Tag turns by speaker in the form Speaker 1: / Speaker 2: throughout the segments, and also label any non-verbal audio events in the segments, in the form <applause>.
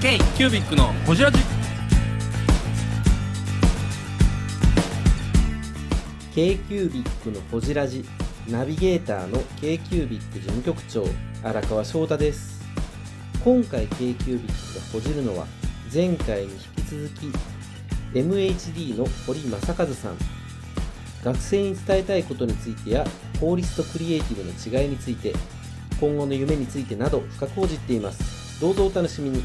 Speaker 1: K キュービックのホジラジ
Speaker 2: k q u b i c のほじラジナビゲーターの k q u b i c 事務局長荒川翔太です今回 k q u b i c がほじるのは前回に引き続き MHD の堀正和さん学生に伝えたいことについてや法律とクリエイティブの違いについて今後の夢についてなど深くほじっていますどうぞお楽しみに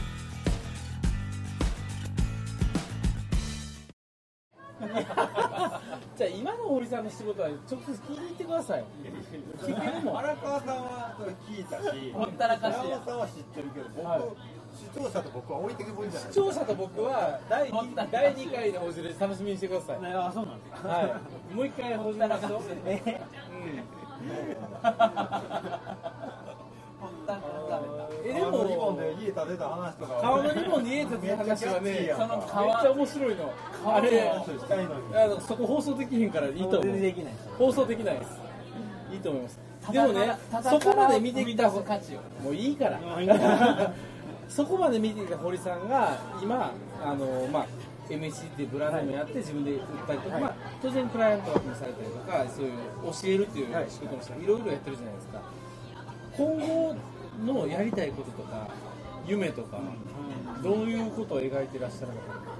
Speaker 3: じゃあ今の堀さんの仕事は直接聞いていってくださ <laughs> い。聞けるもん。
Speaker 4: 荒川さんはそれ聞いたし、
Speaker 3: ほったらかしや
Speaker 4: 山本さんは知ってるけど、僕、
Speaker 3: はい
Speaker 4: 視聴者と僕は置いてけぼりじゃない
Speaker 3: 視聴者と僕は第二第二回のホジラジ楽しみにしてください。あ、そうなんですか。はい。もう一回ホジラジを。ええ。うん。えで
Speaker 4: あのリボン
Speaker 3: も
Speaker 4: で家建てた話とか、
Speaker 3: 顔のリボンに家建てる話は
Speaker 4: めっちゃキ
Speaker 3: ね、
Speaker 4: ャッチーやん
Speaker 3: その顔めっちゃ面白いの。あれ。
Speaker 4: 話をしたいのに、
Speaker 3: あのそこ放送できへんからいいと思う放送できないですいいと思いますでもねそこまで見てきた価値もういいから <laughs> そこまで見てきた堀さんが今あのまあ MHC っていうブランドもやって自分で売ったりとか、まあ、当然クライアントワークもされたりとかそういう教えるっていう仕事もしたり、いろいろやってるじゃないですか今後のやりたいこととか夢とか、どういうことを描いてらっしゃるのか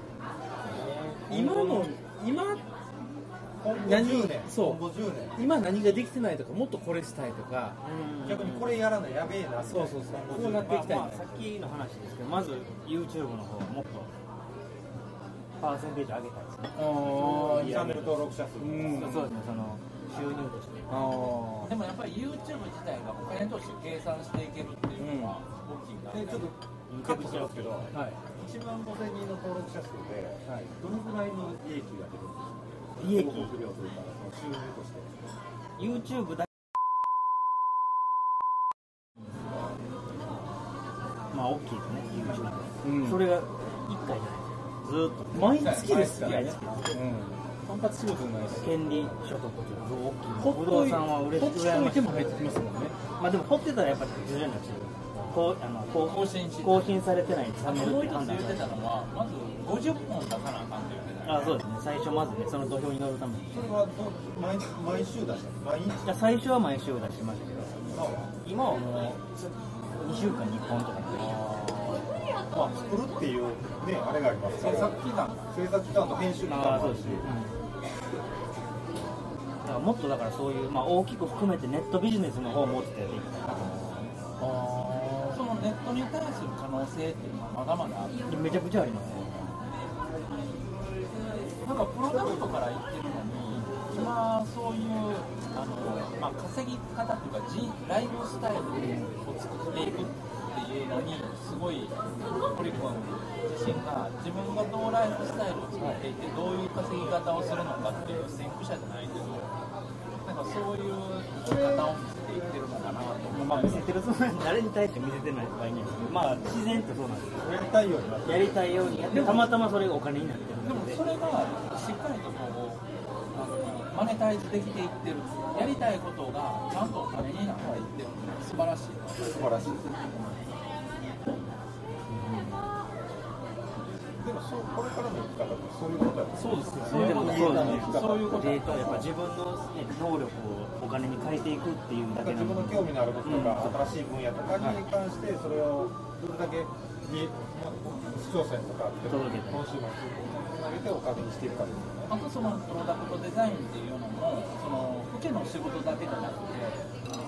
Speaker 3: 今の今
Speaker 4: 今後
Speaker 3: 何
Speaker 4: 10年、
Speaker 3: そう
Speaker 4: 今後10年、
Speaker 3: 今何ができてないとかもっとこれしたいとか
Speaker 4: 逆にこれやらなやべえな
Speaker 3: そうそうそうこうなっていきたい
Speaker 5: まあ、さっきの話ですけどまず YouTube の方をもっとパーセンテージ上げたいですね、
Speaker 3: あ
Speaker 4: チャンネル登録者数、
Speaker 3: うん
Speaker 5: そうですねその収入として
Speaker 6: で
Speaker 3: あ
Speaker 6: もやっぱり YouTube 自体がお金として計算していけるっていうのは大きいんだ、
Speaker 4: でちょっとカットしますけど、
Speaker 3: あはい
Speaker 4: 1万5000人の登録者数で、
Speaker 3: はい
Speaker 4: どのぐらいの利益が出るんですか、利益広告料というか、その収入として。
Speaker 5: YouTube だまあ大きいですね YouTube、
Speaker 3: うん
Speaker 5: それが1回じゃないですずーっと
Speaker 3: 毎月ですから
Speaker 5: 毎
Speaker 3: ね
Speaker 5: 月
Speaker 3: うん単発仕事になるし
Speaker 5: 権利所得っていうのが大きい
Speaker 3: ほ
Speaker 5: 不
Speaker 3: っと
Speaker 5: 動
Speaker 3: い
Speaker 5: 産は売れ
Speaker 3: ほっ
Speaker 5: 売れ
Speaker 3: といても入ってきますもんね
Speaker 5: まあでも掘ってたらやっぱ徐々に落ちてくるこうあのこう
Speaker 6: 更新し
Speaker 5: 更新されてないチャンネ
Speaker 6: そ
Speaker 5: ルっ
Speaker 6: の
Speaker 5: て
Speaker 6: 一つ言っ
Speaker 5: 判断さ
Speaker 6: て
Speaker 5: れ
Speaker 6: た
Speaker 5: た
Speaker 6: のはまず50本出さなあかんって言ってた
Speaker 5: あそうですね最初まずねその土俵に乗るために
Speaker 4: それはど毎毎週だし、毎日
Speaker 5: じゃあ最初は毎週出してましたけど
Speaker 4: 今は
Speaker 5: 今はもう2週間に1本とか
Speaker 4: まあ、作るっていう、ね、あれがありますから、制作期間制作期間と編集期間もあるし、
Speaker 5: だからもっとだからそういう、まあ、大きく含めてネットビジネスの方もちょっとやっていきたい
Speaker 6: そのネットに対する可能性っていうのはまだまだある
Speaker 5: なめちゃくちゃありますね
Speaker 6: なんかプロダクトから言ってるのに今そういうあの、まあ、稼ぎ方っていうか人ライフスタイルを作っていくっていうのにすごい堀君自身が自分がどうライフスタイルを作っていてどういう稼ぎ方をするのかっていう先駆者じゃないけどなんかそういう生き方を見せていってるのかなと思
Speaker 5: まあ見せてるつもり誰に対して見せてないとかいないんですけどまあ自然ってそうなんですよ
Speaker 4: やりたいようになって、
Speaker 5: やりたいようにやってたまたまそれがお金になってる
Speaker 6: で
Speaker 5: の
Speaker 6: も
Speaker 5: で
Speaker 6: それがしっかりとこうあのマネタイズできていってるやりたいことがちゃんとお金になっていってるっていうのは素晴らしい
Speaker 4: 素晴らしい。でもそう、これからの生き方ってそういうことやもんね
Speaker 6: そうですね
Speaker 5: そうでもそうだね
Speaker 6: そういうこと
Speaker 5: データはやっぱ自分の、ね、能力をお金に変えていくっていう
Speaker 4: なん
Speaker 5: だ
Speaker 4: か
Speaker 5: けな
Speaker 4: 自分
Speaker 5: の
Speaker 4: の
Speaker 5: で
Speaker 4: 興味のあることとか、新しい分野とかに関して、それをどれだけ利益視聴者にとかって、
Speaker 5: 届けて
Speaker 4: 今週もつなげてお金にしていくかですよね。
Speaker 6: あとそのプロダクトデザインっていうのもその受けの仕事だけじゃなくて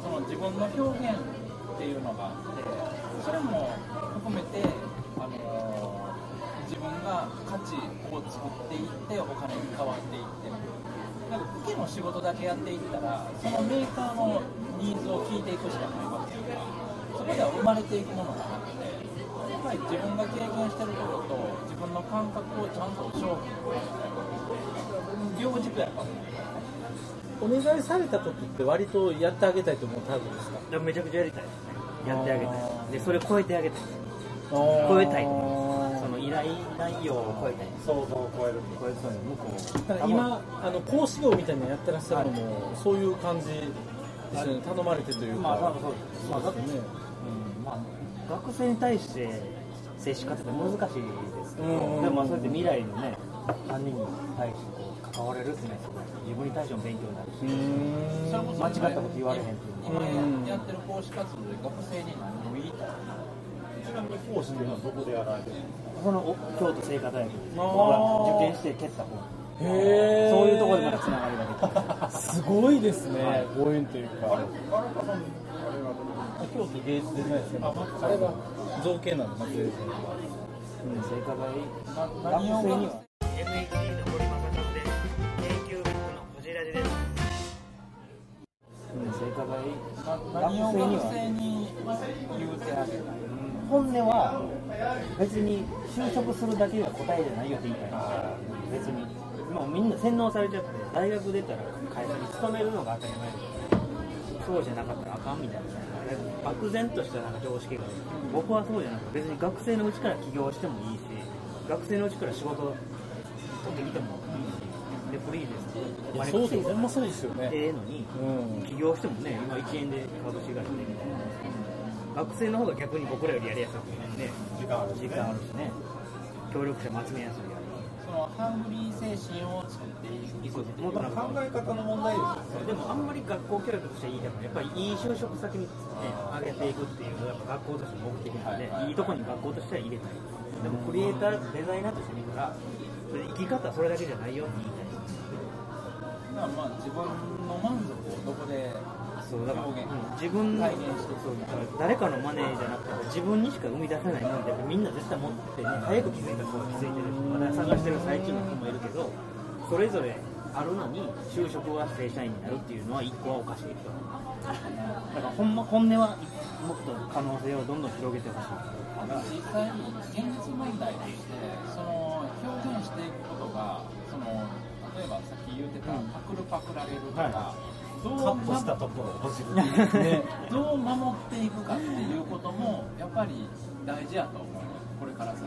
Speaker 6: その自分の表現っていうのがあってそれも含めてあの自分が価値を作っていってお金に変わっていってなんか受けの仕事だけやっていったらそのメーカーのニーズを聞いていくしかないわけやからそこでは生まれていくものがあってやっぱり自分が経験してることと自分の感覚をちゃんと商品に両軸やから
Speaker 3: お願いされたことって割とやってあげたいと思うタイプですか
Speaker 5: めちゃくちゃやりたいですねやってあげたいでそれを超えてあげたい
Speaker 3: 超
Speaker 5: 超えたいと思いますその依頼内容を超えたい
Speaker 4: 想像を超える。
Speaker 5: 超えそうに向こう
Speaker 3: だから今あの講師業みたいなのやってらっしゃるのも、そういう感じですよね頼まれてというか
Speaker 5: まあ多分そうですね
Speaker 3: そうですよね
Speaker 5: まあ、学生に対して接し方って難しいですけど、
Speaker 3: うんうん
Speaker 5: でもまあそうやって未来のね犯人に対してこう関われるっていうのはすごい自分に対しても勉強になるし、
Speaker 6: それこそ
Speaker 5: 間違ったこと言われへんっていう
Speaker 6: 今
Speaker 5: のは、
Speaker 6: やってる奉仕活動で学生に何を言いたい
Speaker 4: ちなみに講師っていうのはどこでやられてるんで
Speaker 5: そのお京都精華大学です
Speaker 3: あー
Speaker 5: 僕は受験して蹴った方
Speaker 3: へー
Speaker 5: そういうところでまたつながりができる
Speaker 3: すごいですね、ご縁というか。京都芸術デザインですけど、あれは造形なの、まず。
Speaker 5: 精華大学
Speaker 6: 何を
Speaker 5: 生に
Speaker 6: 学
Speaker 5: は
Speaker 6: 生
Speaker 7: NHC の堀正和です。研究部のこじらじです。
Speaker 5: 精華大
Speaker 6: 何を
Speaker 5: 学生に
Speaker 6: 学
Speaker 5: は
Speaker 6: 生に言うてあげたい
Speaker 5: 本音は別に就職するだけが答えじゃないよって言いたいんですよ別にもうみんな洗脳されちゃって大学出たら会社に勤めるのが当たり前ですそうじゃなかったらあかんみたいな漠然としたなんか常識がある僕はそうじゃなくて別に学生のうちから起業してもいいし学生のうちから仕事取ってきてもいいしでフリーですお金
Speaker 3: そう
Speaker 5: 稼
Speaker 3: で
Speaker 5: い
Speaker 3: す、ほ
Speaker 5: だ
Speaker 3: ん
Speaker 5: ら
Speaker 3: まそうですよね。
Speaker 5: ええのに
Speaker 3: うん。
Speaker 5: 起業してもね今1円で株式会社できたり学生の方が逆に僕らよりやりやすくてね
Speaker 4: すか時間あるん
Speaker 5: 時
Speaker 4: ですね
Speaker 5: 間あるしね協力者も集めやすいや
Speaker 6: そのハングリー精神を作っていく
Speaker 5: そうですも
Speaker 4: 考え方の問題ですよ
Speaker 5: でもあんまり学校教育としていいだからやっぱりいい就職先に、ね、上げていくっていうのがやっぱ学校としての目的なので、いいとこに学校としては入れたいでもクリエイターデザイナーとして見たらそれ生き方はそれだけじゃないよって言いたい
Speaker 6: まあまあ自分の満足をどこで
Speaker 5: そうだから、
Speaker 6: 表現
Speaker 5: うん自分の
Speaker 6: 体現して
Speaker 5: そうだから誰かのマネーじゃなくて自分にしか生み出せないもんでみんな絶対持ってて、ね、早く気づいた子は気づいてるしまだ探してる最中の子もいるけどそれぞれあるのに就職は正社員になるっていうのは一個はおかしいとだからほんま本音はもっと可能性をどんどん広げてほしい
Speaker 6: 実際に現実問題としてその表現していくことがその例えばさっき言ってた、パクるパクられるとか、どう
Speaker 4: カットしたところを欲しい
Speaker 6: ねどう守っていくかっていうこともやっぱり大事やと思うこれから先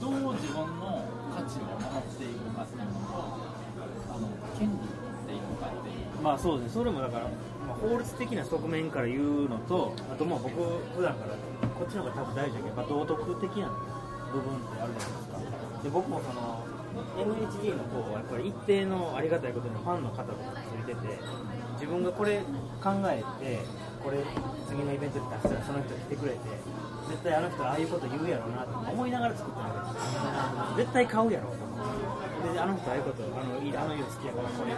Speaker 6: どう自分の価値を守っていくかっていうのとあの権利を取っていくかっていう
Speaker 5: まあそうですね、それもだから、まあ、法律的な側面から言うのと、あとまあ僕、普段からこっちの方が多分大事だけど、やっぱ道徳的な部分ってあるじゃないですか、で僕もその NHG の方はやっぱり一定のありがたいことにファンの方とかついてて、自分がこれ考えて、これ、次のイベントで出したらその人来てくれて、絶対あの人、ああいうこと言うやろうなって思いながら作ってるわけです絶対買うやろうと思ってであの人、ああいうこと、あのあの色好きやから、これ、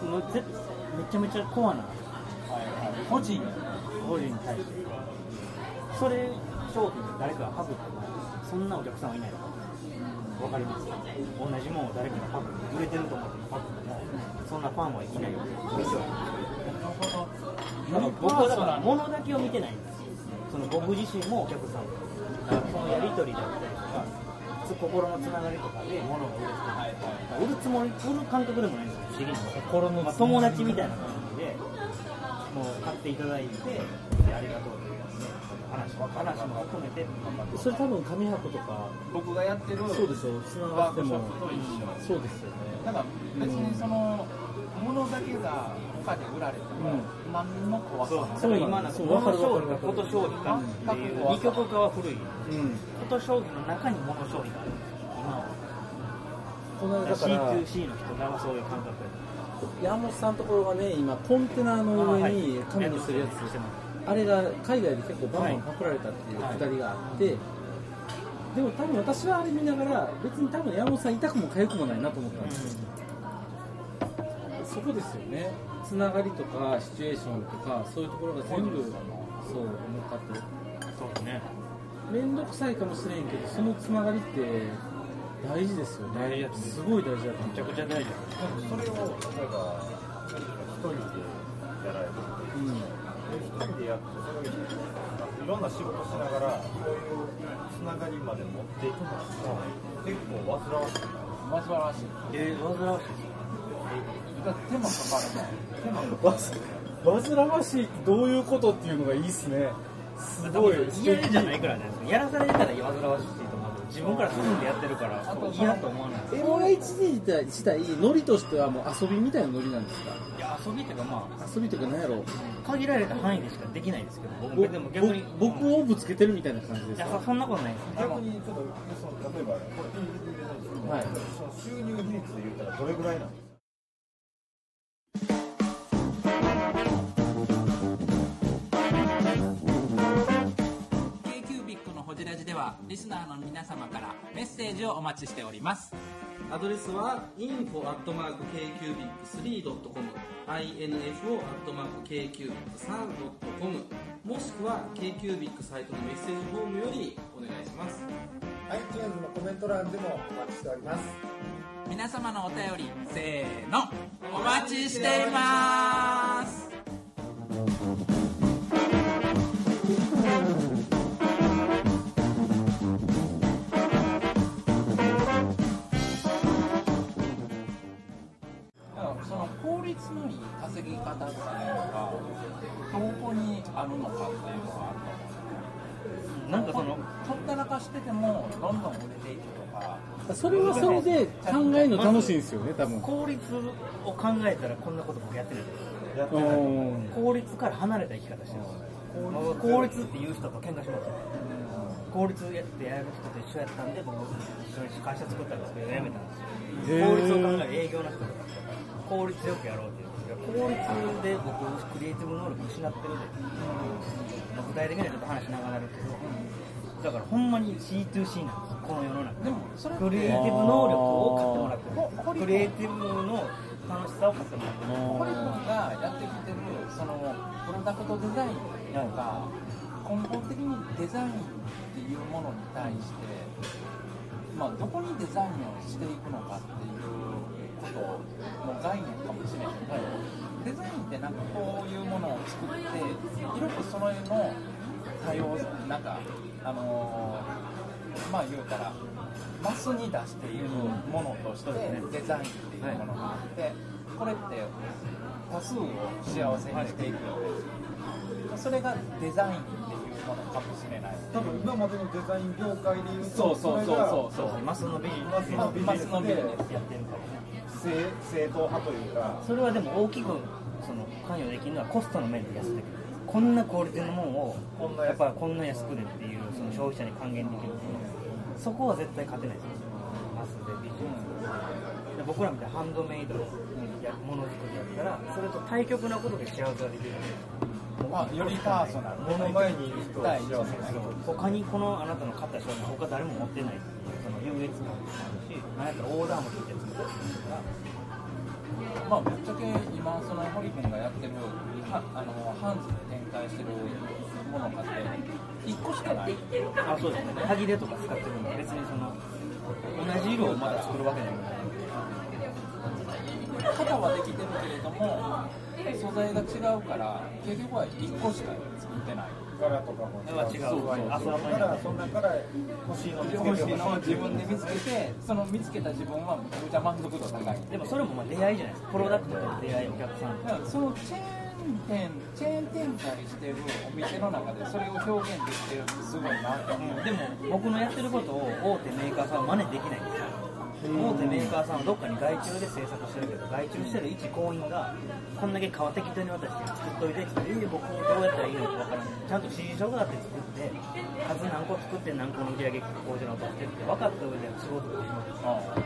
Speaker 5: この人がもうぜめちゃめちゃコアな
Speaker 6: 個人
Speaker 5: 個人に対してそれ商品で誰かがハグってもそんなお客さんはいないわかります同じもんを誰かがハグ売れてると思ってもハグってもそんなファンはいないよなるほど僕はだから物だけを見てないんですよその僕自身もお客さんもだからそのやり取りだったりとかつ心のつながりとかで物が売れてる売るつもり売る感覚でもないんですよ不思議な心の、まあ友達みたいな感じでもう買っていただいてでありがとうというね話も話も含めて
Speaker 3: それ多分紙箱とか、
Speaker 6: 僕がやってる
Speaker 3: そうですよ、つなが
Speaker 6: ワー
Speaker 3: って
Speaker 6: クショ
Speaker 3: も
Speaker 6: ッ。プと一緒
Speaker 3: そうですよね。
Speaker 6: だから別にその物だけが他で売られても何の怖さもない
Speaker 5: だから今なんか
Speaker 3: そう
Speaker 5: 物商
Speaker 3: わか
Speaker 5: 品が
Speaker 3: るわか
Speaker 5: こと
Speaker 3: る
Speaker 5: 商品かっていう二極化は古い
Speaker 3: うん。
Speaker 5: こと商品の中に物商品がある今は
Speaker 3: この間だから、
Speaker 5: C2C の人らはそういう感覚や
Speaker 3: 山本さんのところがね、今、コンテナの上に
Speaker 5: あはい
Speaker 3: 紙にするやつ
Speaker 5: してます
Speaker 3: あれが海外で結構バンバンパクられたっていうくだりがあって、でも多分私はあれ見ながら別に多分山本さん痛くも痒くもないなと思ったんですよ、そこですよねつながりとかシチュエーションとかそういうところが全部そう思かって
Speaker 5: そうですね
Speaker 3: 面倒くさいかもしれんけどそのつながりって大事ですよね
Speaker 5: 大事だと思う
Speaker 3: すごい大事だと思
Speaker 5: めちゃくちゃ大事
Speaker 4: それを例えば一人でやられてる
Speaker 3: う、うん、
Speaker 4: で一人でやってそれをいろんな仕事しながらそういうつながりまで持っていくのは結構煩わしい
Speaker 6: わざわらしい
Speaker 5: えー、煩わしい
Speaker 6: だって手間かかるもん
Speaker 3: わす煩わしいってどういうことっていうのがいいっすねす
Speaker 5: 嫌じゃないからじゃないですかやらされたら煩わしいと思うけど自分から進んでやってるからそう嫌と思わない
Speaker 3: M1 自体自体ノリとしてはもう遊びみたいなノリなんですか
Speaker 5: いや遊びっていうかま
Speaker 3: 遊びとかなんやろ
Speaker 5: あ限られた範囲でしかできないですけど僕
Speaker 3: ぼ
Speaker 5: でも逆に
Speaker 3: ぼ僕をぶつけてるみたいな感じで
Speaker 5: い
Speaker 3: す
Speaker 5: や
Speaker 3: か
Speaker 5: そそんなことないです
Speaker 4: 逆にちょっとその例えばこれ入れてくれないんですけど、
Speaker 3: はい
Speaker 4: その収入比率で言ったらどれぐらいなんですか
Speaker 6: ー k ー b i c のホジラジではリスナーの皆様からメッセージをお待ちしております
Speaker 2: アドレスは info.kcubic3.com info.kcubic3.com もしくは KQBIC サイトのメッセージフォームよりお願いします
Speaker 8: iTunes のコメント欄でもお待ちしております
Speaker 6: 皆様のお便りせーのお待ちしていますだからその効率のいい稼ぎ方っていうのがどこにあるのかっていうのがあると思うんですよ
Speaker 5: なんかその
Speaker 6: ほったらかしててもどんどん売れていくとか
Speaker 3: それはそれで考えるの楽しいんですよね多分
Speaker 5: 効率を考えたらこんなこと僕やってない
Speaker 4: やって
Speaker 3: う
Speaker 4: ない
Speaker 3: ん
Speaker 5: 効率から離れた生き方してるもう効率っていう人と喧嘩しました効率やってやる人と一緒やったんで僕一緒に会社作ったんですけど辞めたんですよ
Speaker 3: へー
Speaker 5: 効率を考える営業の人とか効率よくやろうっていう効率で僕クリエイティブ能力失ってるで具体的にはちょっと話長なるけどだからほんまに C2C なんですよこの世の中
Speaker 6: でもそれって
Speaker 5: クリエイティブ能力を買ってもらってるクリエイティブの楽しさを買ってもらってる
Speaker 6: ホリ君がやってきてるそのプロダクトデザインとか根本的にデザインっていうものに対して、まあ、どこにデザインをしていくのかっていうことの概念かもしれないけどデザインってなんかこういうものを作って広くその絵の多様さなんかあのーまあ言うたらマスに出しているものとしてデザインっていうものがあって、これって多数を幸せにしていくので、それがデザインっていうものかもしれない
Speaker 4: 多分今までのデザイン業界でいうと
Speaker 6: そうそうそうそうそう
Speaker 5: マスのビジネ
Speaker 4: マスのビジネス
Speaker 6: マスのビジネ
Speaker 4: で
Speaker 5: スやってるから
Speaker 4: 正正統派というか
Speaker 5: それはでも大きくその関与できるのはコストの面で安くできるこんなクオリティのもんを
Speaker 4: こんな
Speaker 5: や
Speaker 4: や
Speaker 5: っ
Speaker 4: つ
Speaker 5: ぱこんな安くでっていうその消費者に還元できるそこは絶対勝てないですよマスでビジネスで僕らみたいなハンドメイドやものづくりやったらそれと対極なことで幸せができる
Speaker 6: まあ、よりパーソナル
Speaker 4: 目の前にいる人を幸せにする
Speaker 5: 他にこのあなたの買った商品他誰も持ってないっていうその優越感もあるしなんやったらオーダーも聞いて作ったりするから
Speaker 6: まあぶっちゃけ今その堀君がやってるはあのハンズで展開してるものがあって1個しかない
Speaker 5: あそうですね歯切れとか使ってるの別にその同じ色をまだ作るわけでもない
Speaker 6: 型はできてるけれども素材が違うから結局は1個しか作ってない
Speaker 4: 柄とかも
Speaker 5: は違うあそう
Speaker 4: だからその中から欲しいの見つけてほしい
Speaker 6: のを自分で見つけてその見つけた自分はめちゃくちゃ満足度高い
Speaker 5: でもそれもまあ出会いじゃないですかプロダクトとの出会いお客さん
Speaker 6: だからそのチェーン店チェーン展開してるお店の中でそれを表現できてるのすごいなって思う、
Speaker 5: でも僕のやってることを大手メーカーさんは真似できないんですよ大手メーカーさんはどっかに外注で制作してるけど外注してる一行員がこんだけ皮適当に渡して作っといてって言ってえー僕どうやったらいいのか分からないちゃんと指示書があって作って数何個作って何個の売り上げ工場に渡してって分かった上で仕事をします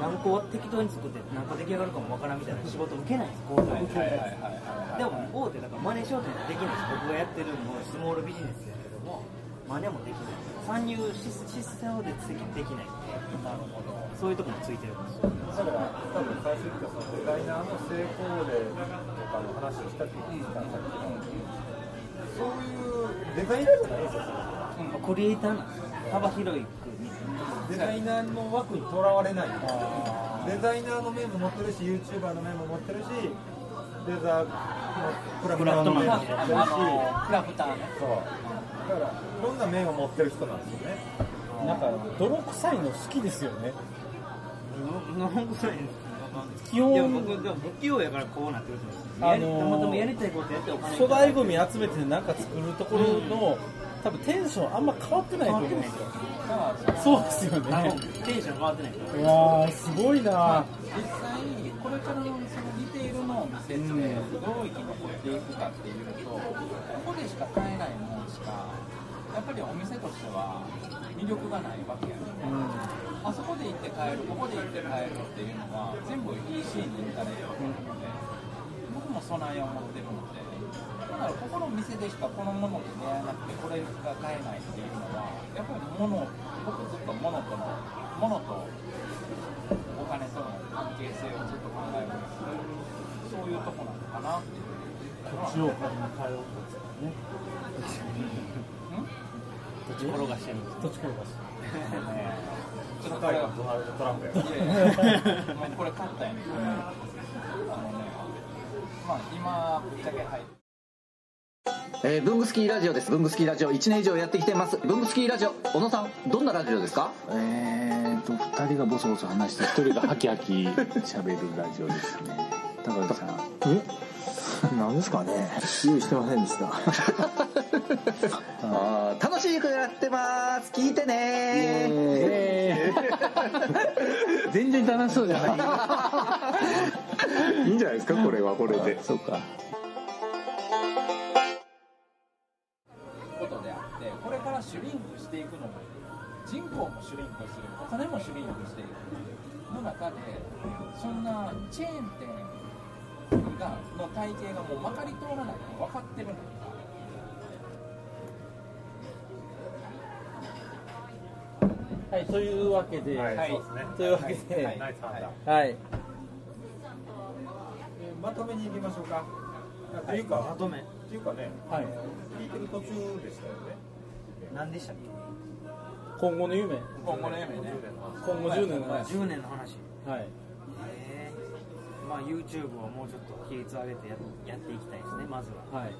Speaker 5: 何個を適当に作って何個出来上がるかもわからんみたいな仕事受けないんです工場受けないですでも大手だから真似しようともできないです僕がやってるのもスモールビジネスやけども真似もできない参入ししそうでできないなるほどそういうとこもついてるんですよ
Speaker 4: だから多分最終的にはそのデザイナーの成功例とかの話をしたって言ってたんだけど、そういうデザイナーじゃないですよ
Speaker 5: クリエイターなんですよ幅広い
Speaker 4: デザイナーの枠にとらわれないデザイナーの面も持ってるし YouTuber の面も持ってるしデザーのクラフターの面も持ってるし
Speaker 6: あのクラフターね
Speaker 4: そうだからいろんな面を持ってる人なんですよね
Speaker 3: なんか泥臭いの好きですよね
Speaker 5: 何個ぐらい
Speaker 3: 基本
Speaker 5: いや僕でも不器用やからこうなってると思うんですよ
Speaker 3: あのー
Speaker 5: やりたまたまやりたいことやってお金
Speaker 3: 粗大ゴミ集めてなんか作るところの多分テンションあんま変わってないと思うんですよそうですよ
Speaker 5: あの
Speaker 3: ね
Speaker 5: テンション変わってないから
Speaker 3: うわーすごいな
Speaker 6: 実際これからのそのリテールのお店ってどう生き残っていくかっていうとここでしか買えないものしかやっぱりお店としては魅力がないわけやね、あそこで行って買えるここで行って買えるっていうのは全部 EC に行かれるので、僕も備えを持ってるのでだからここの店でしかこのものに出会えなくてこれが買えないっていうのはやっぱり物僕ずっと物との物とお金との関係性をずっと考えるんですけどそういうとこなのかなっていう
Speaker 5: 中央からも変えようとですからね土地転がしてるんです
Speaker 3: どっちからかし
Speaker 6: ちょっとこれは
Speaker 4: ドナルド・トランプや
Speaker 6: いやいやもうこれ買ったやん、あのねまあ今ぶっちゃけ入って
Speaker 9: えー、ブングスキーラジオです。ブングスキーラジオ1年以上やってきてます。ブングスキーラジオ、小野さん、どんなラジオですか
Speaker 10: えーと2人がボソボソ話して1人がハキハキ喋るラジオですね高橋さんえなんですかね用意してませんでした
Speaker 9: あー楽しい曲やってます。聞いてねー。
Speaker 10: 全然楽しそうじゃないいいんじゃないですかこれはこれでそうか
Speaker 6: ことであってこれからシュリンクしていくのも人口もシュリンクするお金もシュリンクしていくの中でそんなチェーン店がの体系がもうまかり通らないの分かってるのか
Speaker 3: たはいというわけで、
Speaker 4: はい、
Speaker 6: はい
Speaker 4: そうですね
Speaker 3: というわけで、
Speaker 4: ナイス判断、
Speaker 3: はい
Speaker 4: えーまとめに行きましょうかというか、
Speaker 5: まとめ
Speaker 4: っていうかね
Speaker 3: はい
Speaker 4: 聞いてる途中でしたよね
Speaker 5: 何でしたっ
Speaker 3: 今後の夢
Speaker 6: 今後の夢ね
Speaker 3: 今後10年の
Speaker 5: け
Speaker 3: 話
Speaker 5: 10年の話
Speaker 3: はい
Speaker 5: えーまあ YouTube をもうちょっと比率上げてややっていきたいですねまずは
Speaker 3: はい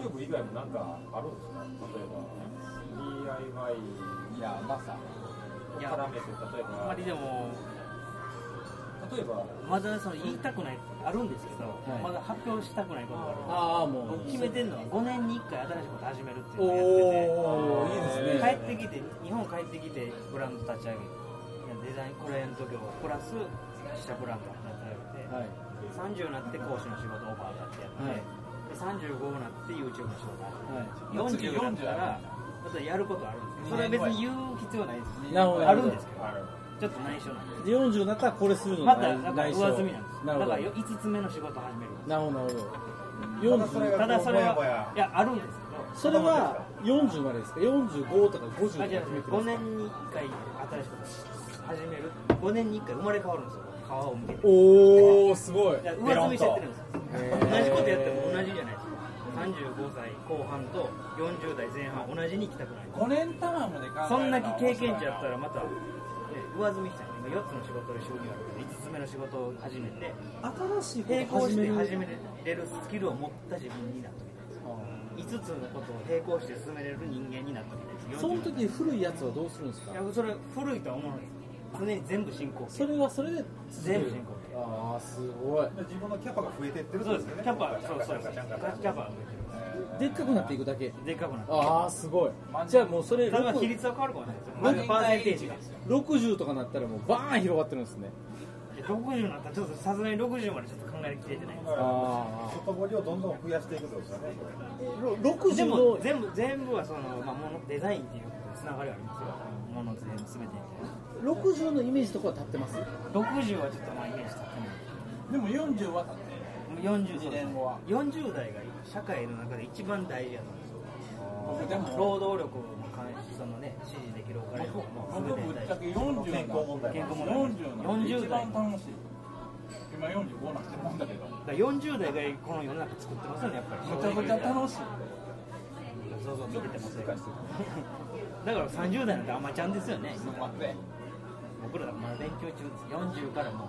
Speaker 4: YouTube 以外もなんかあるんですか例えば DIY
Speaker 6: いやまさ
Speaker 4: を絡めて例え
Speaker 5: あんま
Speaker 4: ば
Speaker 5: りでも
Speaker 4: 例えば
Speaker 5: まだその言いたくないあるんですけど、
Speaker 3: い
Speaker 5: まだ発表したくないことが
Speaker 3: ああ
Speaker 5: ある
Speaker 3: もう
Speaker 5: 僕決めてるのは5年に1回新しいこと始めるっていう
Speaker 3: お
Speaker 5: のをやってて
Speaker 3: おーいいですね
Speaker 5: 帰ってきて日本帰ってきてブランド立ち上げるデザインクライアント業プラス自社ブランド立ち上げ
Speaker 3: は
Speaker 5: て、
Speaker 3: い
Speaker 5: 30になって講師の仕事オーバーだってやっ
Speaker 3: は
Speaker 5: て、
Speaker 3: い
Speaker 5: で35になって YouTube の仕事あ
Speaker 3: はい
Speaker 5: って40になったらまたやることあるんですよそれは別に言う必要ないですね
Speaker 3: なるほど
Speaker 5: あるんですけどちょっと内緒なんで
Speaker 3: で40になったらこれするの
Speaker 5: またなんか
Speaker 3: 内緒
Speaker 5: 上積みなんです
Speaker 3: なるほど
Speaker 5: だから5つ目の仕事を始める
Speaker 3: なるほどなるほど
Speaker 4: ただそれ
Speaker 3: 40
Speaker 4: が
Speaker 5: ただそれ
Speaker 4: もや
Speaker 5: はいやあるんですけど
Speaker 3: それは40までですか45とか50とか決
Speaker 5: あじ
Speaker 3: め
Speaker 5: ゃ
Speaker 3: てるんですか
Speaker 5: 5年に1回新しいこと始める5年に1回生まれ変わるんですよ皮を向けて
Speaker 3: おおすごい
Speaker 5: だから上積みしちゃってるんですよ同じことやっても同じじゃないですか35歳後半と40代前半同じに行きたくない
Speaker 6: 5年タワーまで考えたら
Speaker 5: そんだけ経験値やったらまた、ね、上積みしたい今4つの仕事で収入あるから5つ目の仕事を始めて
Speaker 3: 新しい
Speaker 5: 並
Speaker 3: こと
Speaker 5: 行
Speaker 3: 始
Speaker 5: し
Speaker 3: め
Speaker 5: て
Speaker 3: る
Speaker 5: 始めれるスキルを持った自分になってみたい5つのことを並行して進めれる人間になってみたいです
Speaker 3: その時に古いやつはどうするんですか
Speaker 5: いやそれ古いとは思わない常に全部進行形
Speaker 3: それはそれで
Speaker 5: 全部進行形
Speaker 3: ああすごい
Speaker 4: 自分のキャパが増えてってるって
Speaker 5: そ
Speaker 4: こ
Speaker 5: うで
Speaker 4: と
Speaker 5: す
Speaker 4: よね
Speaker 5: キャパ
Speaker 4: ち
Speaker 5: そ
Speaker 4: ゃん
Speaker 5: う
Speaker 4: か
Speaker 5: そうそう
Speaker 4: ち
Speaker 5: キ
Speaker 4: ゃんか
Speaker 5: ャ
Speaker 4: ちゃんか
Speaker 5: パが増えてる
Speaker 3: でっかくなっていくだけ
Speaker 5: でっかくなって
Speaker 3: ああすごいじゃあもうそれ
Speaker 5: ただ比
Speaker 3: 60
Speaker 5: 率は変わるかもしれないですよパーセンテージが
Speaker 3: 60とかなったらもうバーン広がってるんですね
Speaker 5: いや60になったらちょっとさすがに60までちょっと考えきれてないんですよ
Speaker 3: あ
Speaker 4: 外堀をどんどん増やしていくってことですよね
Speaker 5: で
Speaker 3: 60
Speaker 5: も
Speaker 3: の
Speaker 5: 全部全部はその、まあ、ものデザインっていうつながりはありますよもの全部全てに
Speaker 3: 60のイメージとかは立ってます
Speaker 5: 60はちょっとまあイメージ立ってない
Speaker 6: でも40はだって
Speaker 5: 40
Speaker 6: 一年後は
Speaker 5: 40代が社会の中で一番大事やと思うんですよ
Speaker 6: でも
Speaker 5: 労働力も関そのね支持できるお金も
Speaker 6: 僕
Speaker 5: 全
Speaker 6: ぶっ
Speaker 5: て大
Speaker 6: ちゃ
Speaker 5: 事
Speaker 6: け40
Speaker 4: 健康問題
Speaker 5: 健康も
Speaker 6: 40なんて一
Speaker 5: 40代
Speaker 6: 番楽しい今45なってるんだけど
Speaker 5: だから40代がこの世の中作ってますよねやっぱり
Speaker 6: めちゃくちゃ楽しい
Speaker 5: そうそう見てても正解してるだから30代なんてあんまちゃんですよね
Speaker 6: すません
Speaker 5: 僕らまだ勉強中です40からもう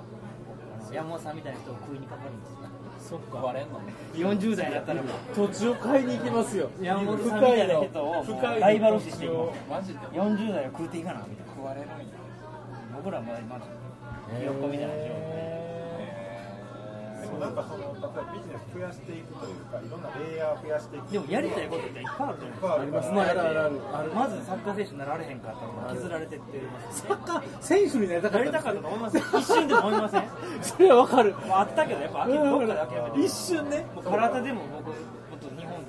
Speaker 5: あの山本さんみたいな人を食いにかかるんですよ
Speaker 3: そっ
Speaker 6: バ
Speaker 3: か
Speaker 6: レんのね
Speaker 5: 40代だったらもう
Speaker 3: 土地を買いに行きますよ
Speaker 5: 山本さんみたいな人をもうライバル視していきま
Speaker 6: マジです
Speaker 5: 40代は食うていかなみたいな
Speaker 6: 食われるんや
Speaker 5: 僕らもまだひよっこみたいな状態
Speaker 6: へ
Speaker 5: で
Speaker 4: なんかその例えばビジネス増やしていくというかいろんなレイヤー増やしていく
Speaker 5: でもやりたいことっていっぱいあるじゃないですか。
Speaker 4: いっぱいあります
Speaker 5: 生まれて
Speaker 4: あるあるある
Speaker 5: まずサッカー選手になられへんかったのが削られてってサッカー
Speaker 3: 選手になりた
Speaker 5: なりたかったと思いません。一瞬でも思いません。
Speaker 3: それはわかる
Speaker 5: もうあったけどやっぱ諦めどっかで諦めて。
Speaker 3: 一瞬ね
Speaker 5: もう体でも僕もっと日本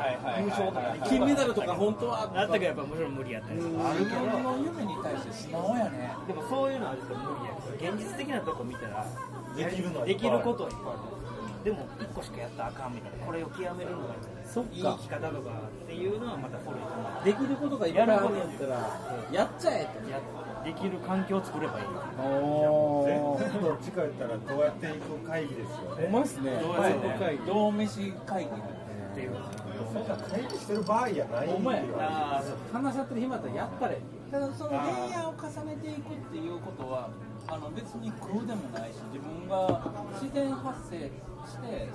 Speaker 5: 優勝とか
Speaker 3: 金メダルとか本当は
Speaker 5: なったけどやっぱもちろん無理やったりとかあるけど
Speaker 6: 自分の夢に対して素直やね
Speaker 5: でもそういうのはちょっと無理やけど現実的なとこ見たら
Speaker 4: できるのはい
Speaker 5: で
Speaker 4: っぱ
Speaker 5: き
Speaker 4: いあ
Speaker 5: ることはいっぱいあるでも一個しかやったらあかんみたいなこれを極めるのが
Speaker 3: そっか
Speaker 5: いい生き方とかっていうのはまたフォローしてもらって
Speaker 3: できることがいっぱいあるんやったらやっちゃえって
Speaker 5: やできる環境を作ればいい
Speaker 3: お
Speaker 4: 全部どっちか言ったらどうやっていく会議ですよね
Speaker 3: お前っすね
Speaker 5: どうやってね
Speaker 3: はい
Speaker 6: 同飯会議
Speaker 5: っていう
Speaker 4: そんな会議してる場合やない
Speaker 3: お前
Speaker 5: ああそう
Speaker 3: 話し合ってる暇だったらやったらいい
Speaker 6: だからそのレイヤーを重ねていくっていうことはあの別に空でもないし自分が自然発生して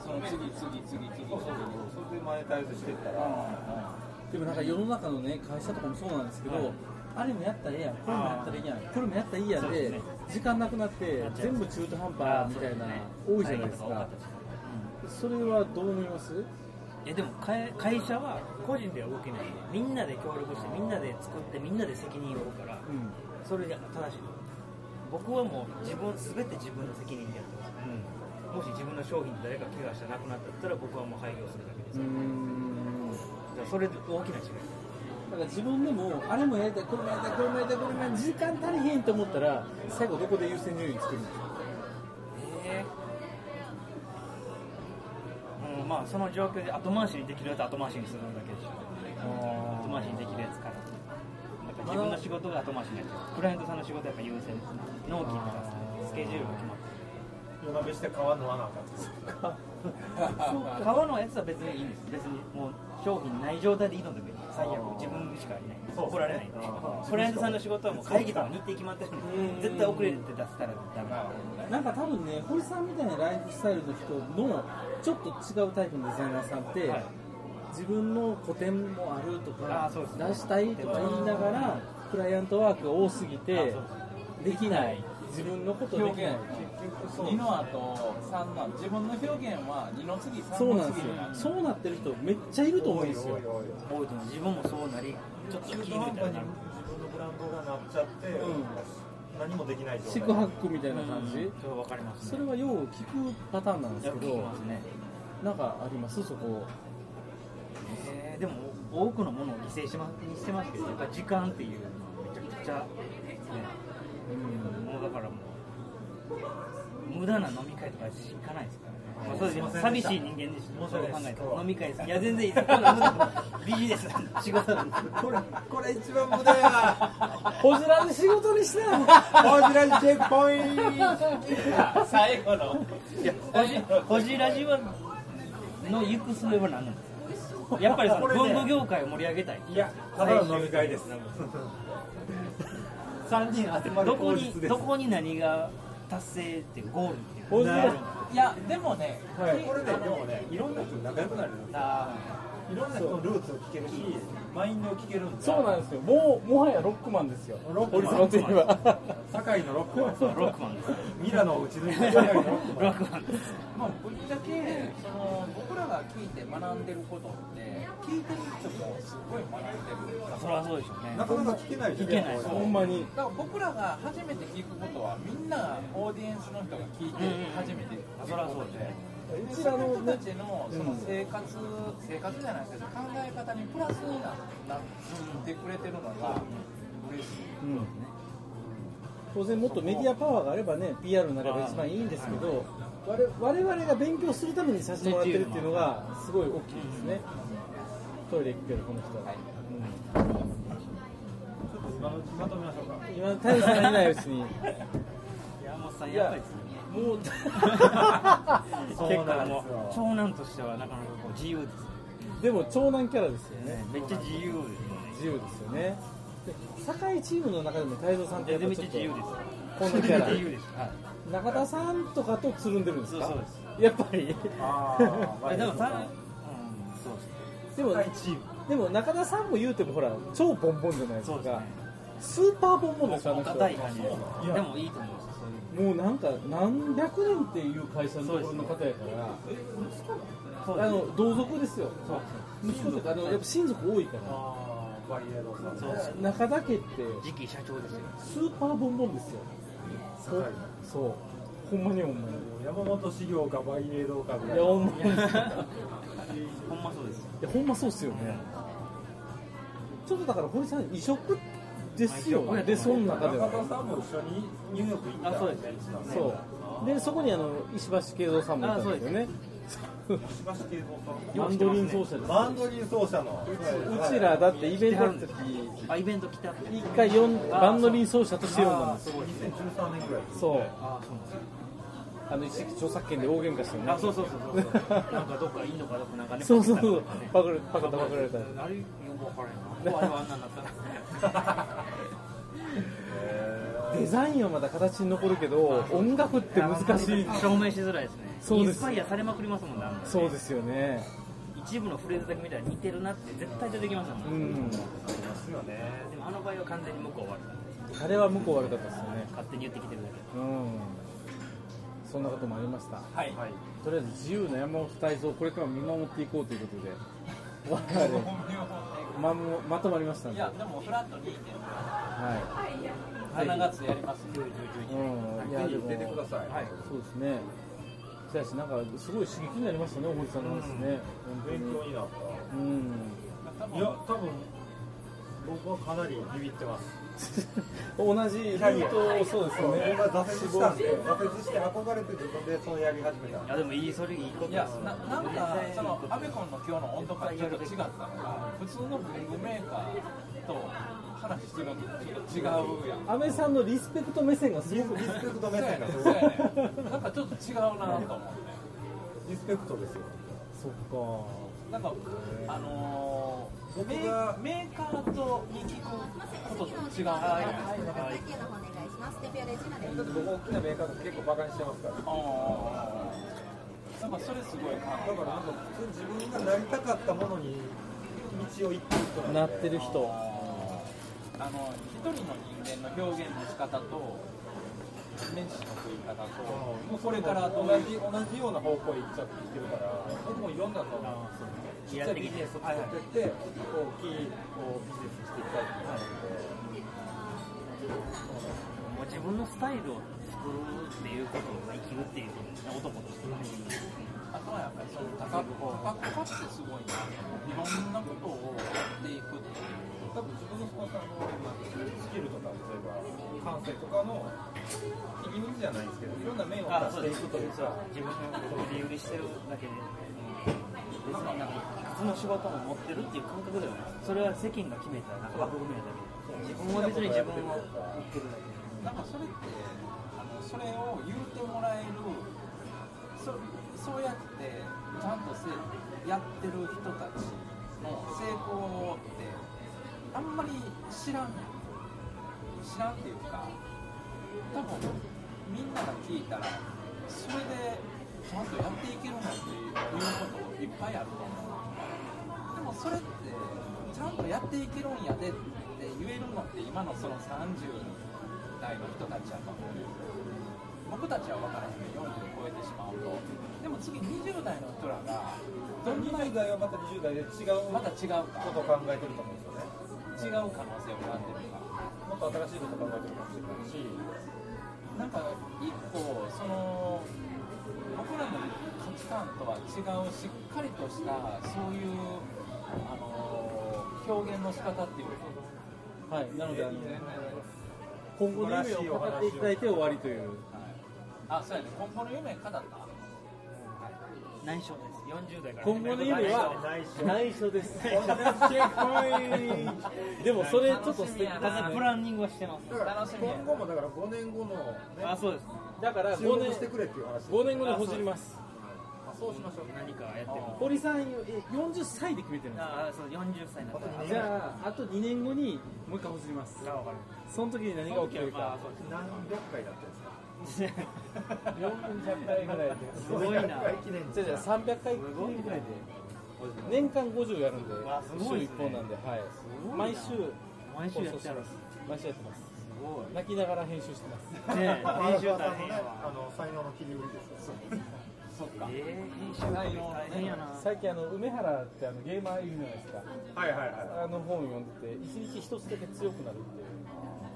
Speaker 6: その次次次次次
Speaker 4: そうそうそうそれでマネタイズしてったら
Speaker 3: でもなんか世の中のね会社とかもそうなんですけど、あれもやったらええやん、これもやったらええやん、これもやったらいいやん
Speaker 5: そうで
Speaker 3: です
Speaker 5: ね、
Speaker 3: 時間なくなって、全部中途半端みたいな、多いじゃないですか、それはどう思います
Speaker 5: いやでも会会社は個人では動けないみんなで協力してみんなで作ってみんなで責任を負うから、それが正しいと思う僕はもう自分全て自分の責任でやってます、もし自分の商品で誰か怪我してなくなったら僕はもう廃業するだけです、だからそれで大きな違い
Speaker 3: だから自分でも、あれもやりたい、これもやりたい、これもやりたい、これもやりたい、時間足りへんと思ったら、最後、どこで優先順位作るんですか
Speaker 5: ええうんまあその状況で後回しにできるやつは後回しにするだけでしょ後回しにできるやつからなんか自分の仕事が後回しになっちゃうクライアントさんの仕事はやっぱ優先ですね納期とかスケジュールが決まって
Speaker 4: 夜鍋して川飲まなあかんです
Speaker 5: 川のやつは別にいいんです別にもう商品ない状態でいいのでもいい最悪自分しかいない
Speaker 4: そう
Speaker 5: 怒られないんでクライアントさんの仕事はもう会議とか日程決まってるんで絶対遅れて出したらダメ
Speaker 3: なんか多分ね、堀さんみたいなライフスタイルの人のちょっと違うタイプのデザイナーさんって、
Speaker 5: はい
Speaker 3: 自分の個展もあるとか
Speaker 5: あーそうです、ね
Speaker 3: 出したいとか言いながら、クライアントワークが多すぎ
Speaker 5: あそう
Speaker 3: て
Speaker 5: そう、
Speaker 3: できない、自分のことできない。
Speaker 6: 2の後3の後自分の表現は2の次3
Speaker 3: そうな
Speaker 6: の
Speaker 3: ん
Speaker 6: 次
Speaker 3: ですよ。そうなってる人めっちゃいると思うんですよ。
Speaker 5: 多いと思う自分もそうなりちょっと
Speaker 4: 中
Speaker 5: 気
Speaker 4: 途
Speaker 5: 抜
Speaker 4: 半
Speaker 5: い
Speaker 4: 端
Speaker 5: たら
Speaker 4: に自分の
Speaker 5: なる
Speaker 4: ブランドがなっちゃって、何もできない状態
Speaker 3: 四苦八苦みたいな感じ、
Speaker 5: それは分かります
Speaker 3: そ
Speaker 5: ね
Speaker 3: れはよう聞くパターンなんです
Speaker 5: よ
Speaker 3: け
Speaker 5: く聞き
Speaker 3: ど、
Speaker 5: ますね
Speaker 3: なんかありますそこ。
Speaker 5: えーでも多くのものを犠牲しましてますけどやっぱ時間っていうのはめちゃくちゃ、ねもうだからもう無駄な飲み会とかしかないですからね、まあ、そうですね寂しい人間でしたそう考えたら飲み会ですいや全然いいですこんな無駄ビジネスなんで仕事なんでこれ
Speaker 4: これ一番無駄やわ
Speaker 3: ホジラで仕事にしたい
Speaker 4: ホジラジチェックポイン
Speaker 6: 最後の
Speaker 5: いやホジホジラジはの行く末は何なんですかやっぱりその
Speaker 4: これね
Speaker 5: 文具業界を盛り上げたい
Speaker 4: トいやただの飲み会です
Speaker 5: 3人集
Speaker 4: まる
Speaker 5: どこ
Speaker 4: 口
Speaker 5: に
Speaker 4: 実です
Speaker 5: どこに何が達成っていうゴールっていう
Speaker 3: ホジ
Speaker 4: なる
Speaker 3: ラ
Speaker 4: ほど
Speaker 6: いやでもね、
Speaker 4: はい、
Speaker 6: き
Speaker 4: これね
Speaker 6: あの
Speaker 4: でもねいろんな人と仲良くなれるんで
Speaker 5: あ
Speaker 4: すいろんな人のルーツを聞けるしマインドを聞けるんで
Speaker 3: そうなんですよ。もうもはやロックマンですよ。
Speaker 4: ロッ
Speaker 3: 堀
Speaker 4: クマン
Speaker 3: さんといえば。
Speaker 4: 堺のロックは
Speaker 5: ーロックマンです
Speaker 4: ミラノを打ち抜いた
Speaker 5: ロ
Speaker 4: 堺のロックは
Speaker 5: ックマンです
Speaker 6: まあ、ぶっちゃけその僕らが聞いて学んでることって聞いてる人もすごい学んでる
Speaker 5: それはそうでしょうね
Speaker 4: なかなか聞けないじゃん
Speaker 5: 聞けない
Speaker 3: ほんまに。
Speaker 6: だから僕らが初めて聞くことはみんなオーディエンスの人が聞いて初めて
Speaker 5: あそれはそうですね
Speaker 6: うちらの人たちのその生活、生活じゃないですけど考え方にプラスにななってくれてるのが嬉しい
Speaker 3: 当然もっとメディアパワーがあればね、PR になれば一番いいんですけど、我我々が勉強するためにさせてもらってるっていうのがすごい大きいですね。トイレ行くけどこの人は。
Speaker 4: ちょっと今のうちまとめましょうか
Speaker 3: 今タイさんがいないうちに。
Speaker 5: 山本さんやっぱりですね
Speaker 3: もう。
Speaker 5: 結構もう長男としてはなかなかこう自由です
Speaker 3: でも長男キャラですよね
Speaker 5: ね。めっちゃ自由ですね
Speaker 3: 自由ですよね。で堺チームの中でも太蔵さんってやっぱ
Speaker 5: めっ
Speaker 3: ち
Speaker 5: ち
Speaker 3: ょ
Speaker 5: ゃ
Speaker 3: っ
Speaker 5: 自
Speaker 3: と
Speaker 5: 由です
Speaker 3: このキャラ
Speaker 5: 自由ですはい
Speaker 3: 中田さんとかとつるんでるんですか
Speaker 5: そうそうです
Speaker 3: やっぱり
Speaker 4: あーまあ
Speaker 5: えでもさ
Speaker 4: いいですね
Speaker 5: うんそうですね
Speaker 3: <laughs> でも
Speaker 4: 堺チーム
Speaker 3: でも中田さんも言うてもほら超ボンボンじゃないです
Speaker 5: そう
Speaker 3: か
Speaker 5: ですね
Speaker 3: スーパーボンボンですよあ
Speaker 5: お
Speaker 3: の人
Speaker 5: 堅い感じです
Speaker 4: いや
Speaker 5: でもいいと思うんですよそういう
Speaker 3: もうなんか何百年っていう会社のところの方やから
Speaker 5: そう
Speaker 3: あの同族ですよ
Speaker 5: そう
Speaker 3: 息子とかあのやっぱ親族多いから
Speaker 4: バリエードさん
Speaker 5: そうです
Speaker 3: 中田家って
Speaker 5: 次期社長ですよ
Speaker 3: スーパーボンボンですよ
Speaker 4: はい
Speaker 3: そうほんまにほんまに
Speaker 4: 山本修行かバイエードかぐら
Speaker 3: い
Speaker 4: い
Speaker 3: やほんまにい
Speaker 5: ほんまそうです
Speaker 3: やほんまそうっすよねちょっとだから堀さん異色ですよ
Speaker 5: まあ異色やと思う
Speaker 3: でその中では
Speaker 4: 中田さんも一緒にニューヨーク行った
Speaker 5: あそうです
Speaker 4: ね
Speaker 3: そうでそこにあの石橋慶三さんもいたんですよね
Speaker 4: 石橋慶三
Speaker 3: バンドリン奏者です
Speaker 4: さんバンドリン奏者の
Speaker 3: うちらだってイベントやった時
Speaker 5: あイベント来た
Speaker 3: 一回呼んバンドリン奏者として呼んだん
Speaker 5: あ
Speaker 3: です
Speaker 5: すごいですね
Speaker 4: 2013年ぐらいです
Speaker 3: そう
Speaker 5: あそうなんです
Speaker 3: あの一石著作権で大喧嘩してね
Speaker 5: あそうそうそうそうなんかどっかインドかどっかなんか
Speaker 3: <laughs>
Speaker 5: ね
Speaker 3: そうそうそう
Speaker 5: パキスタン
Speaker 3: パ
Speaker 5: とかね
Speaker 3: クるパカタパクられた
Speaker 5: あれよくわからんな怖いわあんなんだったら
Speaker 3: デザインはまだ形に残るけど音楽って <laughs> 難しい
Speaker 5: 証明しづらいですね
Speaker 3: そうです
Speaker 5: インスパイアされまくりますもんねあのね
Speaker 3: そうですよね
Speaker 5: 一部のフレーズだけ見たら似てるなって絶対出てきますもんね、
Speaker 3: うん
Speaker 4: ですよね
Speaker 5: でもあの場合は完全に向こう終わる
Speaker 3: あれは向こう悪かったですよね
Speaker 5: 勝手に言ってきてるだけ
Speaker 3: うんそんなこともありました
Speaker 5: はい、
Speaker 3: とりあえず自由な山本泰造をこれからも見守っていこうということで我々まもまとまりましたん
Speaker 6: い
Speaker 3: で
Speaker 6: や、でもフラットにいいけど、
Speaker 3: は
Speaker 6: 7月やりますね。
Speaker 3: い、うん、いやでも
Speaker 4: 出てください
Speaker 3: はい、そうですねそうやしなんかすごい刺激になりましたね大堀さんの話ね、
Speaker 4: 勉
Speaker 3: 本
Speaker 4: 強になった
Speaker 3: 当にうん
Speaker 4: いや多分僕はかなりビビってます <laughs>
Speaker 3: 同じルートをそうですよね
Speaker 4: 僕は挫折したんで挫折して憧れて自分でそうやり始めた
Speaker 5: いやでもいいそれいいこと
Speaker 6: い
Speaker 5: で
Speaker 6: や
Speaker 5: す、
Speaker 6: ななんか、そのアベコンの今日の温度感とちょっと違ったのが、普通の文具メーカーと話してるのと違うやん。
Speaker 3: 阿部さんのリスペクト目線がす
Speaker 4: リ
Speaker 3: ご
Speaker 4: ス
Speaker 3: く
Speaker 4: リスペクト目
Speaker 6: そうや
Speaker 4: 線
Speaker 6: ね
Speaker 4: がすごい
Speaker 6: んなんかちょっと違うなと思って。
Speaker 4: リスペクトですよ
Speaker 3: そっか
Speaker 6: なんか、あのー、メ
Speaker 4: 僕が
Speaker 6: ーメーカーとに聞くことと違うな
Speaker 11: はい、
Speaker 6: と思って。
Speaker 11: 会計の方お願いします。デピアレジナで。
Speaker 4: ちょっと僕大きなメーカーと結構バカにしてますから
Speaker 6: あーなんかそれすごい感
Speaker 4: だからなんか普通に自分がなりたかったものに道を行ってる人
Speaker 3: な
Speaker 4: な
Speaker 3: っ
Speaker 4: んで
Speaker 3: てる人
Speaker 6: あの一人の人間の表現の仕方と面識の食い方ともうこれからど
Speaker 4: 同
Speaker 6: ういう
Speaker 4: じ同じような方向へ行っちゃってきてるから僕もいろんなそのちっちゃいビジネスを作ってって大きいこうビジネスにしていきたいっていうのがあ
Speaker 5: もう自分のスタイルを作るっていうことを生きるっていうことですね男として、
Speaker 6: あとはやっぱりその高く高くってすごいなっていろんなことをやっていくっていう
Speaker 4: 多分自分のスポンサーのスキルとか例えば感性とかの入り口じゃないんですけどいろんな面を出していくというか
Speaker 5: 自分のことで売りしてるだけで別になんかいつの仕事も持ってるっていう感覚ではないそれは世間が決めたなんか枠組みなだけで自分は別に自分を売ってるだけ
Speaker 6: なんかそれってあのそれを言うてもらえるそそうやってちゃんとせやってる人たちの成功ってあんまり知らん知らんっていうか多分みんなが聞いたらそれでちゃんとやっていけるなんていうこといっぱいあると思うでもそれってちゃんとやっていけるんやでって言えるのって今のその30代の人たちやと思うよ僕たちは分からへんけど40超えてしまうとでも次20代の人らがどんな
Speaker 4: 20代はまた20代で違う
Speaker 6: また違うか
Speaker 4: ことを考えてると思うんですよ
Speaker 6: 違
Speaker 4: ね
Speaker 6: う可能性を選んでるか
Speaker 4: もっと新しいこと考えてるかもしれないし
Speaker 6: なんか一個その僕らの価値観とは違うしっかりとしたそういうあの表現の仕方っていう
Speaker 3: はいなのであの今後の夢を語っていただいて終わりという
Speaker 6: あそうやね今後の夢語った
Speaker 5: 内緒です40代から
Speaker 3: 今後の夢は内
Speaker 6: <laughs>
Speaker 3: 緒ですでもそれちょっと素敵ですね
Speaker 5: ただプランニングはしてます
Speaker 4: だから今後もだから5年後のね
Speaker 5: あそうです
Speaker 3: だから
Speaker 4: 注
Speaker 3: 5
Speaker 4: 目
Speaker 3: 年
Speaker 4: してくれっていう話です
Speaker 3: 5年後にほじります
Speaker 5: そうしましょう何かやってる
Speaker 3: 堀さんえ40歳で決めてるんです
Speaker 5: ああそう40歳になったら
Speaker 3: じゃああと2年後にもう一回ほじります
Speaker 5: あ分かる
Speaker 3: その時に何が起きるか
Speaker 4: 何百回だったんですか
Speaker 3: 400回ぐ
Speaker 5: <laughs>
Speaker 3: らいです
Speaker 5: ごいな
Speaker 4: 何百回記念
Speaker 3: じゃあじゃあ300回記念ぐらいで年間50やるんで
Speaker 5: わあすごい
Speaker 3: 週
Speaker 5: ですね
Speaker 3: 1本なんではい
Speaker 5: ごいな
Speaker 3: 毎週
Speaker 5: <laughs> 毎週や
Speaker 3: 放
Speaker 5: って
Speaker 3: 送し
Speaker 5: る
Speaker 3: ます毎週やってます
Speaker 5: す <laughs> ご
Speaker 6: 泣きながら編集してます。
Speaker 5: ねえ編集大変やわ
Speaker 4: あの才能の切り売りですよ
Speaker 6: そっか。
Speaker 5: 編集大変大変やな
Speaker 6: 最近あの梅原ってあのゲーマーいるじゃないですか。
Speaker 4: はいはいはい
Speaker 6: あの本読んでて一日一つだけ強くなるっていう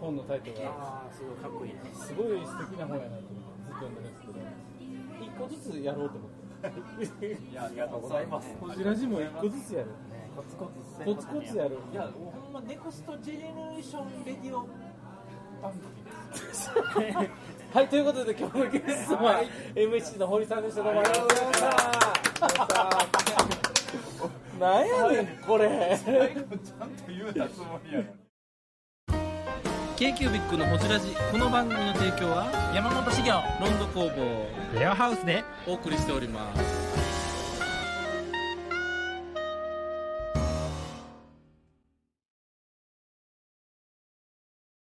Speaker 6: 本のタイトルが
Speaker 5: ああすごいかっこいいね
Speaker 6: すごい素敵な本やなと思ってずっと読んでるんですけど、一個ずつやろうと思って。
Speaker 12: いやありがとうございます
Speaker 6: こちらジも一個ずつやる。
Speaker 12: コツコツ
Speaker 6: コツコツやる
Speaker 12: いやほんまネクストジェネレーションレディオ番組ですよ
Speaker 6: はい、ということで今日のゲストは MC の堀さんでした。どうもありがとうございました。 <laughs> なんやねん、これ。
Speaker 13: k イキュービックのホジラジこの番組の提供は山本資源ロンド工房レアハウスでお送りしております